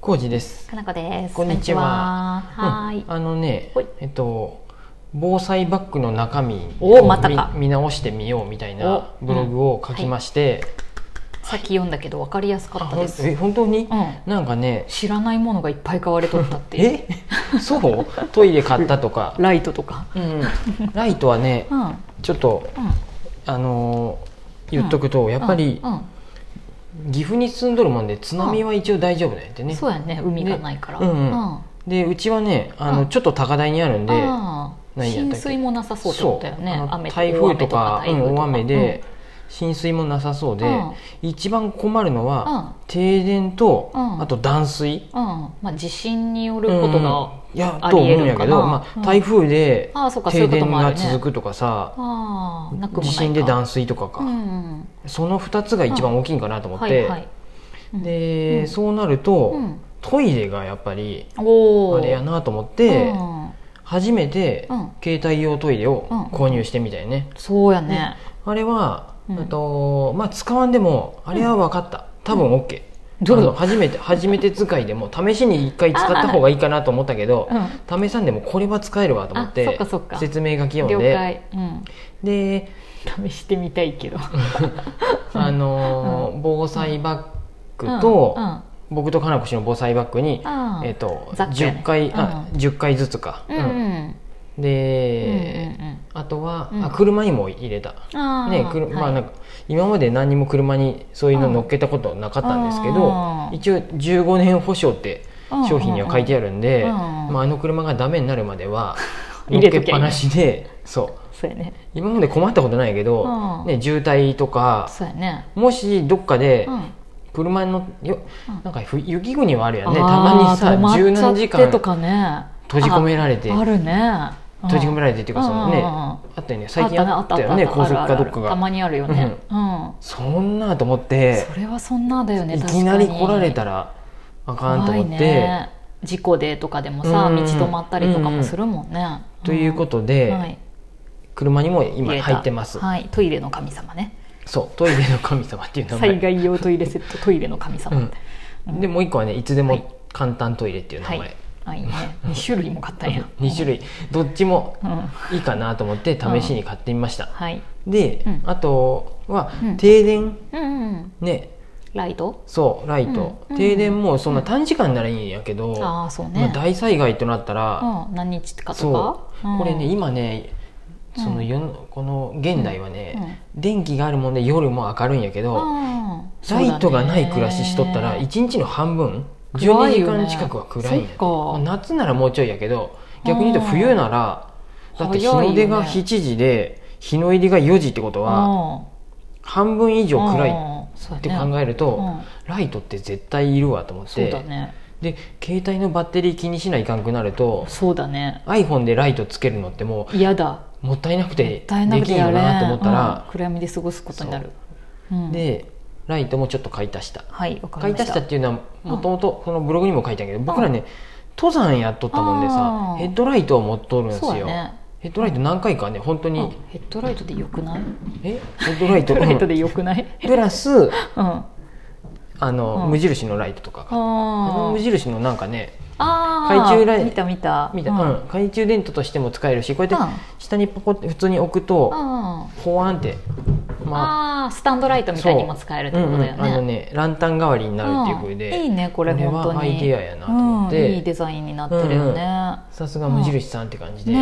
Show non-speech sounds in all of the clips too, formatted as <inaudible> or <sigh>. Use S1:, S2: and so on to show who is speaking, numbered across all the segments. S1: コウジです。
S2: かなこです。
S1: こんにちは
S2: こんにちははーい。
S1: うんあのね
S2: ほい、
S1: えっと防災バッグの中身
S2: おーまた
S1: 見
S2: か
S1: 見直してみようみたいな
S2: お
S1: ブログを書きまして、
S2: さっき読んだけど分かりやす
S1: あ
S2: かった
S1: ほん
S2: です。
S1: え本当に
S2: う、ん。
S1: なんかね、
S2: 知らないものがいっぱい買われとったっていう。
S1: えそうトイレ買ったとか、
S2: ライトとか。
S1: うん、ライトはね
S2: うん。うん。
S1: ちょっとあのー言っとくと、やっぱり
S2: うん
S1: 岐阜に住んどるもんで津波は一応大丈夫なんやってね、
S2: そうやね。海がないから。
S1: ねうんうん
S2: ん
S1: でうちはねあの、
S2: うん
S1: ちょっと高台にあるんで、
S2: あー
S1: 何やったっけ
S2: 浸水もなさそうってことだよね
S1: あ。の
S2: 雨
S1: 台風とか
S2: 大
S1: う
S2: 雨
S1: ん
S2: と
S1: 大
S2: か
S1: 雨で、浸水もなさそうで、
S2: うん
S1: 一番困るの
S2: うん
S1: は、停電と、
S2: うん
S1: あと断水
S2: うん。うんまあ地震によることが。
S1: うんいや
S2: あ
S1: と思
S2: りえ
S1: うん
S2: る
S1: や
S2: かな
S1: けど、まあ
S2: うん
S1: 台風で
S2: ああそうかそうい
S1: 停
S2: うこと
S1: 電
S2: もあ
S1: が
S2: るね。
S1: 続くとかさ、
S2: ああなくもないか。
S1: 地震で断水とかか、
S2: うんうん。
S1: その2つが一番大きいんかなと思っ
S2: は
S1: て、
S2: いはい。うん
S1: で、
S2: うん
S1: そうなると、
S2: うん。
S1: トイレがやっぱり
S2: おお。
S1: あれやなと思って、
S2: うん
S1: 初めて
S2: うん
S1: 携帯用トイレを
S2: うん
S1: 購入してみたいね、
S2: そうやね。
S1: あれは、
S2: うん
S1: えっとまあ、使わんでもあれは分かった、多分 OK、
S2: ど
S1: あ
S2: う
S1: の初めて初めて使いでも試しに1回使った方がいいかなと思ったけど
S2: う
S1: 試
S2: ん。
S1: さんでもこれは使えるわと思っ
S2: あそってかそっか
S1: 説明書き読ん
S2: 了
S1: で
S2: 解、うん、
S1: で、
S2: 試してみたいけど
S1: あのー防災バッグと、
S2: うんうん
S1: 僕と金子氏の防災バッグに、
S2: あー
S1: えっと
S2: ざっくりね
S1: 10回、あ10回ずつか、
S2: うんうん
S1: うん
S2: うん
S1: で、
S2: うん
S1: あとは、
S2: うん
S1: あ車にも入れた
S2: うんあー
S1: ねくるまあなんか今まで何にも車にそういうの乗っけたことなかったんですけ
S2: う
S1: ど
S2: んうん
S1: 一応15年保証って商品には書いてあるんで、
S2: うんうんうん
S1: まあ、あの車がダメになるまでは乗っ
S2: <laughs> 入れ
S1: け
S2: と
S1: っ
S2: きゃ
S1: ぱ
S2: いい
S1: なしでそう
S2: そうやね
S1: 今まで困ったことないけど、
S2: うん
S1: ね、渋滞とか
S2: そうやね、
S1: もしどっかで
S2: うん、
S1: 車のよ
S2: うん
S1: なんかふ雪国はあるやんねたま
S2: あ
S1: に
S2: ー
S1: さ
S2: 止まっちゃ
S1: 十何時間
S2: ってとかね
S1: 閉じ込められて
S2: ああるね
S1: 閉じ込め
S2: れ
S1: られてっていうかそのね
S2: うんうんうん
S1: あったよね最近あったよね高速かどっか
S2: た
S1: が
S2: まにあるよね、うん
S1: そんなと思って
S2: それはそんなだよね
S1: いきなり
S2: 確か
S1: 来
S2: に
S1: られたらあかんと
S2: 怖
S1: 思
S2: い
S1: って、
S2: ね事故でとかでもさ、
S1: うんうん
S2: 道止まったりとかもするもんね、
S1: ということで、
S2: はい
S1: 車にも今
S2: 入れた
S1: 入ってます、
S2: はい、トイレの神様ね
S1: そうトイレの神様っていう名
S2: 災
S1: 前、
S2: 害用トイレセットトイレの神
S1: う
S2: 様
S1: んでもう一個はねいつで
S2: はい
S1: も簡単トイレっていう名
S2: は
S1: 前、
S2: いあいいね2種類も買った
S1: <laughs>
S2: んや
S1: 2種類どっちも
S2: うん
S1: いいかなと思って試しに買ってみました、
S2: はい
S1: で、
S2: うん
S1: あとは、
S2: うん
S1: 停電
S2: うんうん
S1: ね
S2: ライト
S1: そうライト、
S2: うん
S1: 停電もそんな短時間ならいいんやけど、
S2: ああそう
S1: まあ
S2: ね、
S1: 大災害となったら、
S2: うん、何日かと
S1: そ
S2: か
S1: う、
S2: うん
S1: これね今ね
S2: うん
S1: その世のこの現代はね、電気があるもんで夜も明るいんやけど、
S2: うん
S1: ライトがない暮らししとったら
S2: そうだね
S1: 一日の半分
S2: 暗
S1: 12
S2: い
S1: 時
S2: よね
S1: 間近くは暗いんやて
S2: そっか
S1: 夏ならもうちょいやけど逆に言うと冬ならだって日の出が
S2: 早い
S1: 7
S2: よね
S1: 時で日の入りが4時ってことは半分以上暗いって考える
S2: うん
S1: とライトって絶対いるわと思っ
S2: そうだ
S1: て
S2: ね
S1: で携帯のバッテリー気にしないかんくなると
S2: そうだね
S1: iPhone でライトつけるのってもう
S2: 嫌だ
S1: もったいなく
S2: 絶
S1: て
S2: 対な
S1: で
S2: く
S1: き
S2: て
S1: ん
S2: や
S1: よ
S2: れ
S1: なと思ったら
S2: うん、暗闇で過ごすことになる、うん
S1: でライトもちょっと買い足した
S2: はいわか
S1: 買
S2: り
S1: い
S2: ま
S1: 足
S2: し
S1: したたっていうのはもともとそのブログにも書いたけど僕らね登山やっとったもんで
S2: あ
S1: さ
S2: ー
S1: ヘッドライトを持っとるんです
S2: そうや
S1: よ
S2: ね
S1: ヘッドライト何回かね本当
S2: あ
S1: に
S2: ヘッドライトでよくない
S1: えヘッドライ
S2: ヘ
S1: ト
S2: ッドライト
S1: うん
S2: でよくない
S1: プラス
S2: うんあ
S1: あの
S2: うん
S1: 無印のライトとかがあの
S2: あ
S1: 無印のなんかね
S2: あ
S1: 懐中ライト
S2: 見た見た
S1: 見た
S2: うん
S1: う
S2: うんん
S1: 懐中電灯としても使えるしこうやっ
S2: うん
S1: て下にポコって普通に置くと
S2: あ
S1: ほわんってまあ
S2: あスタンドライトみたいにも使えるって
S1: うん
S2: こと
S1: うん
S2: だよ
S1: あの
S2: ね
S1: ねランタン代わりになるっていうふう
S2: うんい
S1: で
S2: いねこれ
S1: これは
S2: 本当に
S1: アイデアやなと思って
S2: うんいいデザインになってるよね
S1: さすが無印さんって感じで
S2: ね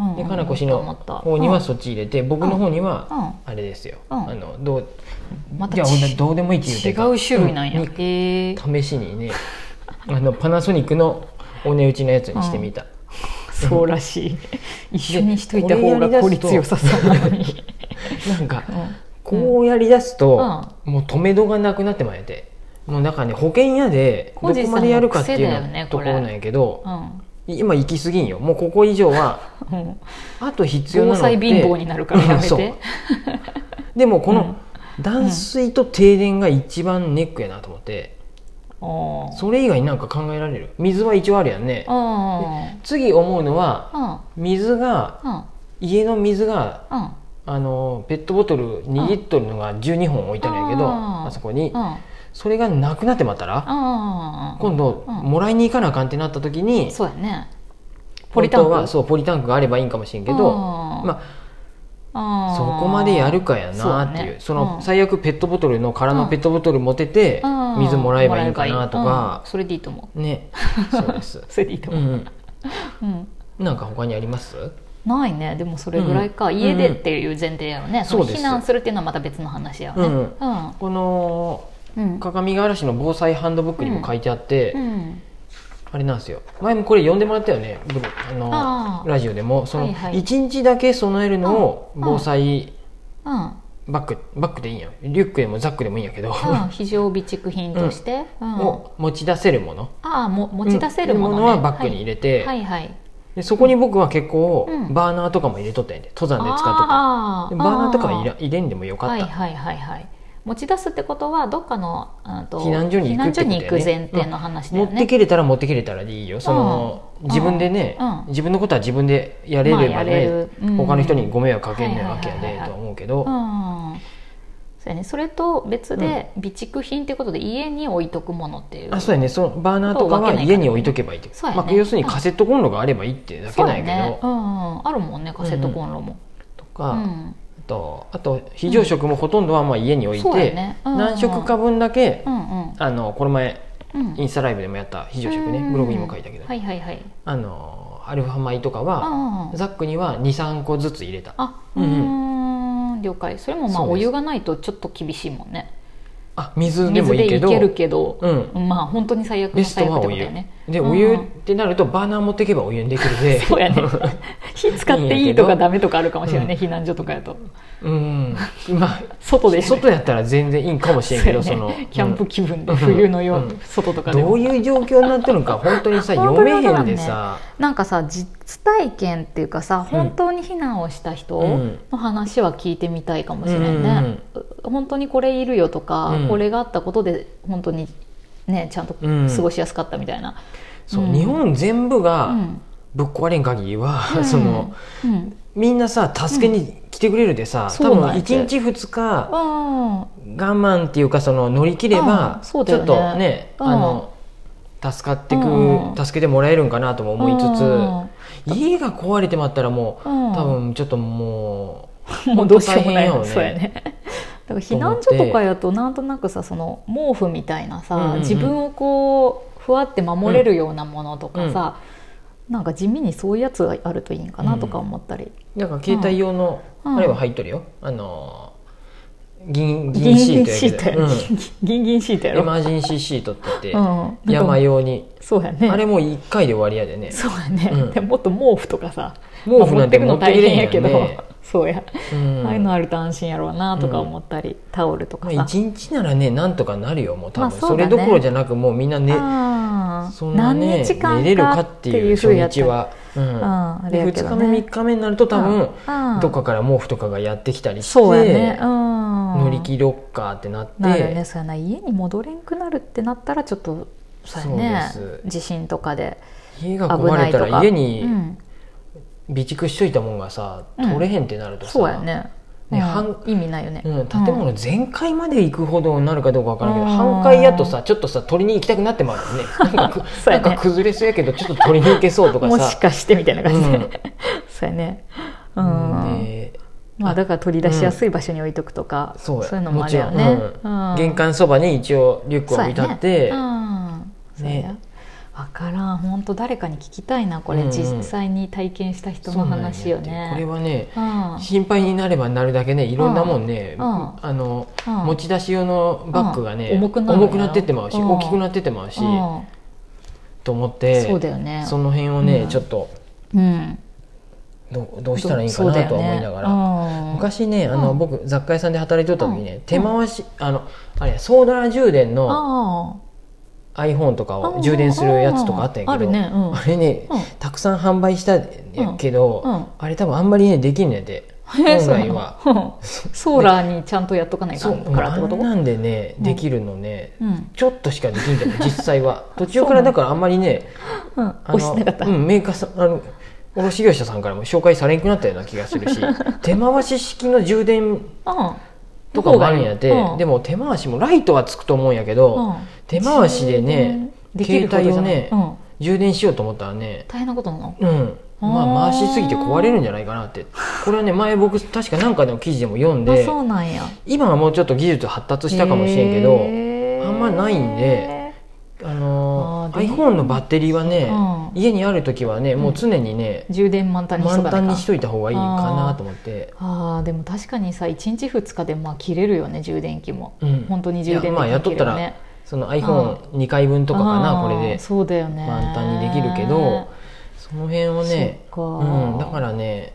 S2: えうん
S1: で
S2: うん
S1: かなこ氏
S2: 思
S1: の
S2: った
S1: 方にはそっち入れて僕の方に
S2: うんうん
S1: はあれですよ
S2: うん
S1: あのどう
S2: また
S1: じゃあ
S2: ち
S1: ほんでどうでもいいって言う
S2: 違
S1: てか
S2: う種類なんや
S1: う
S2: へえ
S1: に試しにね <laughs> あのパナソニックのお値打ちのやつにしてみた
S2: そうらしい一緒にしといた方が効率良さそうなのに
S1: なんか
S2: うん
S1: <laughs> こうやりだすともう止めどがなくなってまいてもうだからね保険屋でどこまでやるかっていう
S2: 工事さんの癖だよ
S1: の
S2: ね
S1: と
S2: こ
S1: こ
S2: れ
S1: ろなんやけど
S2: うん
S1: 今行き過ぎんよもうここ以上は
S2: うん
S1: あと必要なの
S2: 防
S1: って
S2: 災貧乏になるからやめ
S1: そ
S2: て
S1: うでもこの断水と停電が一番ネックやなと思って、
S2: おー
S1: それ以外なんか考えられる水は一応あるやんね
S2: うんうん
S1: 次思うのは
S2: うん
S1: 水が
S2: うん
S1: 家の水が
S2: うん
S1: あのペットボトル2リットルのが12本置いてあるんやけど
S2: あー
S1: あそこに
S2: うん
S1: それがなくなってまったら
S2: ああ
S1: 今度
S2: うん
S1: もらいに行かなあかんってなった時に
S2: そうやねポ
S1: 本
S2: リタン
S1: 当
S2: ク
S1: はそうポリタンクがあればいいんかもしれんけど
S2: ま
S1: ま
S2: あ
S1: あ
S2: ー
S1: そこまでやるかやなっていうそ
S2: そうだねう
S1: の
S2: ん
S1: 最悪ペットボトルの空のペットボトル持ってて
S2: あー
S1: 水もらえばいいんかなと
S2: もらえばいい
S1: か
S2: うんそれでいいと思
S1: ねそう
S2: <laughs>
S1: です
S2: うそれでいいと
S1: う
S2: 思う、
S1: ん
S2: うん
S1: うんなんか他にあります
S2: ないねでもそれぐらいか、
S1: うん
S2: 家でっていう前提やろね、
S1: ん
S2: その
S1: そうです
S2: 避難するっていうのはまた別の話や
S1: う
S2: わね
S1: ん
S2: うん
S1: この
S2: うん
S1: 鏡ヶ嵐の防災ハンドブックにも書いてあって
S2: うん
S1: あれなんですよ前もこれ読んでもらったよねブロあの
S2: あー
S1: ラジオでもそ
S2: は
S1: の
S2: いはい
S1: 1日だけ備えるのを
S2: うん
S1: 防災
S2: うん
S1: バッグバッグでいいんやリュックでもザックでもいいんやけど、
S2: うん非常備蓄品として、うん
S1: <laughs> を持ち出せるもの
S2: ああも持ち出せるもの,、ね
S1: うんはバッグに入れて、
S2: はいはいはい
S1: でそこに僕は結構
S2: うん
S1: バーナーとかも入れとったんやで登山で使うとか
S2: あ
S1: でバーナーとかはい
S2: ら
S1: ら入れんでもよかった、
S2: はいはいはいはい持ち出すってことはどっかのあと
S1: 避難所に行くってことだよね
S2: 避難所に行く前提の話だ
S1: 持
S2: よ
S1: って
S2: ね、
S1: けれたら持ってけれたらでいいよその、
S2: うん
S1: 自分でね、
S2: うん
S1: 自分のことは自分でやれれ
S2: まあ
S1: ば
S2: やれ
S1: ね、
S2: るうん
S1: 他の人にご迷惑かけないわけや
S2: はいはい
S1: で
S2: はいはい
S1: とは思うけど、
S2: うんそうやね、それと別で備蓄品ってことで家に置いとくものっていう
S1: あそうやねそのバーナーとかは家に置いとけばいいってこと
S2: そうやね
S1: まあ、要するにカセットコンロがあればいいってだけ
S2: そう
S1: な
S2: だ
S1: んやけど、
S2: ね、うんうん、あるもんねカセットコンロも、
S1: と
S2: う
S1: か、あ
S2: ん
S1: とあと非常食もほとんどはまあ家に置いて、
S2: そうやねうんうん
S1: 何食か分だけ、
S2: うんうん
S1: あのこの前
S2: うん
S1: インスタライブでもやった非常食ね
S2: うん
S1: ブログにも書いたけど、
S2: はいはいはい
S1: あのアルファ米とか
S2: あ
S1: は、
S2: あ
S1: ザックには23個ずつ入れた
S2: あ
S1: う
S2: うんーん了解それもまあ
S1: そう
S2: お
S1: です
S2: 湯がないとちょっと厳しいもんね
S1: あ水でも
S2: 水
S1: いい
S2: で
S1: け
S2: い
S1: ど
S2: けるけど、
S1: うん、
S2: まあ本当に最悪の
S1: ベス
S2: 最
S1: ト
S2: 悪
S1: は
S2: って
S1: お
S2: こと
S1: 湯、
S2: よね
S1: で
S2: うん
S1: お湯ってなるとバーナー持ってけばお湯にできるで
S2: <laughs> そうやね
S1: <laughs>
S2: 火使っていいとかダメとかあるかもしれないね、避難所とかやと
S1: うんまあ
S2: 外で
S1: 外やったら全然いいんかもしれんけど
S2: <laughs> そ
S1: そう
S2: や
S1: の
S2: ねキャンプ気分で
S1: うん
S2: 冬のよう
S1: うん
S2: 外と
S1: う
S2: か
S1: ん
S2: で
S1: ど
S2: も
S1: ういう状況になってるのか本当にさ
S2: 本
S1: 読
S2: 当
S1: め
S2: に
S1: へんでさ、
S2: なんかさ実体験っていうかさ本当に避難をした人
S1: うん
S2: の話は聞いてみたいかもしれないね、本当にこれいるよとか、
S1: うん
S2: これがあったことで本当にねちゃんと過
S1: うん
S2: ごしやすかったみたいな、
S1: そう、
S2: うん
S1: 日本全部
S2: う
S1: が
S2: ん
S1: ぶっ壊れん限りは、
S2: うん
S1: その
S2: うん
S1: みんなさ助けに来てくれるでさ、
S2: うん
S1: 多
S2: そう
S1: 分
S2: なんやて
S1: 1日2日
S2: うん
S1: 我慢っていうかその乗り切れば
S2: うん
S1: ち
S2: そ
S1: ょっ
S2: うだよね
S1: とね、
S2: うん
S1: あの助かってく、
S2: うん
S1: 助けてもらえるんかなとも思いつつ、家が壊れてまったらもう、
S2: うん
S1: 多分ちょっとも
S2: <laughs>
S1: う
S2: もうどうしようもない
S1: 本当
S2: そう
S1: 大
S2: や
S1: 変よ
S2: ね <laughs> だから避難所とかやとなんとなくさその毛布みたいなさ、
S1: うんうんうん
S2: 自分をこうふわって守れるようなものとかさ、なんか地味にそういうやつがあるといいんかなとか思ったり、
S1: なんか携帯用の、
S2: うん
S1: あれは入っとるよあの銀
S2: ギ
S1: 銀
S2: ン
S1: シ
S2: ギ
S1: ー
S2: ン
S1: トや
S2: シ
S1: け
S2: ートや
S1: ど、
S2: ろ、
S1: うん
S2: ギンギンシートや
S1: エ
S2: ろ、
S1: マージェンシーシートって言って、
S2: うん、
S1: 山
S2: よ
S1: 用に、
S2: そうやね
S1: あれもう1回で終わりやでね
S2: そうやね、
S1: うん
S2: でもっと毛布とかさ
S1: 毛布なんて
S2: まあ
S1: 持
S2: 持
S1: っく
S2: っててくの
S1: れ
S2: 大
S1: へん
S2: 変
S1: や
S2: や
S1: け
S2: け
S1: ど、
S2: ど、そうや、
S1: うん
S2: ああいうのあると安心やろうなとか思ったり、タオルと
S1: ま
S2: か
S1: あ、
S2: さ、
S1: 1日ならねなんとかなるよもう多分、
S2: まあ
S1: そ
S2: そう
S1: れ
S2: だね
S1: どころじゃなくもうみんなね
S2: ああ
S1: そんなね
S2: 何日間
S1: 寝れるかっていう初
S2: 風やった
S1: 日は、う
S2: うん
S1: ん
S2: あれ
S1: で
S2: や
S1: 2
S2: け
S1: 日
S2: ど
S1: 目
S2: ね
S1: 3日目になると多分、
S2: うん
S1: どっかから毛布とかがやってきたりして
S2: そうやね、うん、乗
S1: 乗り切ろっかってなって
S2: なるねそうやな家に戻れんくなるってなったらちょっとそうや
S1: そうで
S2: ね
S1: す
S2: 地震とかで
S1: 家
S2: 危
S1: が壊
S2: な
S1: れ
S2: い
S1: た
S2: とから
S1: 家に
S2: うん
S1: 備蓄しといたもんがさ、
S2: うん
S1: 取れへんってなるとさ、
S2: そうやね
S1: ね
S2: うん
S1: 半
S2: 意味ないよね、
S1: うん、建物全壊まで行くほどになるかどうかわからんけど、
S2: うん
S1: 半壊やとさちょっとさ取りに行きたくなってもあるよ
S2: <laughs>
S1: ねなんかく
S2: そうやね
S1: なんか崩れそうやけどちょっと取りに行けそうとか
S2: もし
S1: さ、
S2: かしてみたいな感じで、
S1: うん
S2: <laughs> そうやねうん、
S1: ね
S2: まあだから取り出しやすい場所に置いとくとか、
S1: そうや
S2: いうのもあるよ
S1: もち
S2: ね
S1: ろ、ん
S2: うん
S1: 玄関そばに一応リュックを置いてあって、
S2: そうやねう
S1: ね
S2: んそうや分からん本当誰かに聞きたいなこ
S1: うん
S2: れ
S1: うん
S2: 実際に体験した人の話よ
S1: そうなんや
S2: ね
S1: ってこれはね
S2: うん
S1: 心配になればなるだけねいろんなもんね、
S2: うんうん
S1: あの
S2: うん
S1: 持ち出し用のバッグがね、
S2: うん重くなるよ
S1: ってってまうし、
S2: うん
S1: 大きくなってってまうし、
S2: うん
S1: と思って
S2: そうだよね
S1: その辺をね、
S2: うん
S1: ちょっと
S2: うん
S1: どうどうしたらいいんかなとは思いながら、
S2: ら
S1: 昔ねあの、
S2: うん
S1: 僕雑貨屋さんで働いておった時ね、
S2: うん
S1: 手回しあのあれソーダー充電の iPhone とかを充電するやつとかあったんやけど
S2: あるねうん
S1: あれね、
S2: うん
S1: たくさん販売したんやけど、
S2: うんうん
S1: あれ多分あんまりねできんねんで本来
S2: <laughs>
S1: は。
S2: ソーラーにちゃんとやっとかないか
S1: そ
S2: ん
S1: う
S2: から
S1: あ
S2: ってこと
S1: んなんでね
S2: うん
S1: できるのね、
S2: うん
S1: ちょっとしかできん
S2: <laughs>
S1: じゃない実際は途中からだからあんまりね
S2: うん
S1: あの
S2: 押してなかった
S1: うん、メーカーさんあの卸
S2: <laughs>
S1: 業者さんからも紹介されなくなったような気がするし手回し式の充電
S2: うん
S1: とかもあるんやで、でも手回しもライトはつくと思うんやけど、手回しでね携帯をね、充電しようと思ったらね
S2: 大変なことなの
S1: うんまあ回しすぎて壊れるんじゃないかなってこれはね前僕確か何かの記事でも読んで
S2: そうなんや
S1: 今はもうちょっと技術発達したかもしれんけどあんまないんであの iPhone のバッテリーはね、家にある時はねもう常にね、
S2: 充電満タンに
S1: 満タンにしといた方がいいかなと思って
S2: ああでも確かにさ1日2日でまあ切れるよね充電器も、うん、本当に充電器、ね、
S1: まあやっとったらその iPhone2 回分とかかなこれで
S2: そうだよね
S1: 満タンにできるけどその辺をねうん、だからね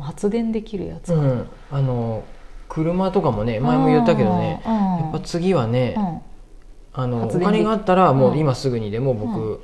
S2: 発電できるやつ、
S1: うん、あの車とかもね前も言ったけどねやっぱ次はね、あのお金があったらもう今すぐにでも僕、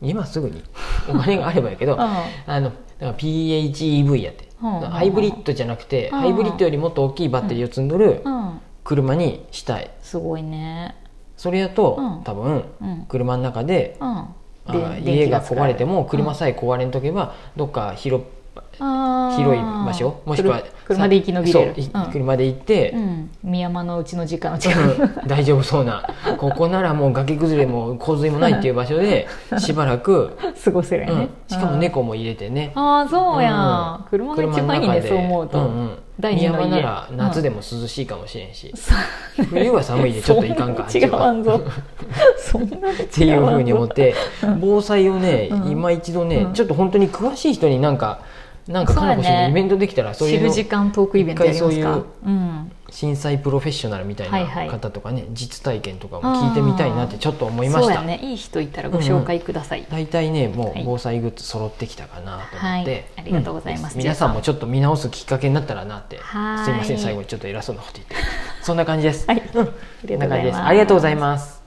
S1: 今すぐにお金があればやけど、あのだから PHEV やって、ハイブリッドじゃなくて、ハイブリッドよりもっと大きいバッテリーを積んどる車にしたい、
S2: すごいね
S1: それやと、多分、車の中で、家が壊れても車さえ壊れんとけば、どっか広広い場所もしくは
S2: 車で生き延びれる、
S1: 車で行って、
S2: 深山のうちの実家の近く
S1: 大丈夫そうなここならもう崖崩れも洪水もないっていう場所
S2: <laughs>
S1: でしばらく
S2: 過ごせるよね、
S1: しかも猫も入れてね
S2: ああそうや、ん、車が一番いいねそう思うと、
S1: うん深山なら夏でも涼しいかもしれん
S2: <laughs>
S1: し、冬は寒いでちょっといかんか
S2: 違うぞ
S1: <laughs>
S2: そんな
S1: っていうふうに思って防災をね、今一度ね、ちょっと本当に詳しい人になんかなんかかなこ氏にイベントできたらそういう
S2: の知る時間トークイベントやりますか
S1: 震災プロフェッショナルみたいな方とかね、実体験とかも聞いてみたいなってちょっと思いました
S2: ねいい人いたらご紹介ください
S1: 大体、ねもう防災グッズ揃ってきたかなと思って、
S2: ありがとうございます、
S1: 皆さんもちょっと見直すきっかけになったらなってすいません最後にちょっと偉そうなこと言ってそんな感じです、
S2: はい
S1: うん、ありがとうございます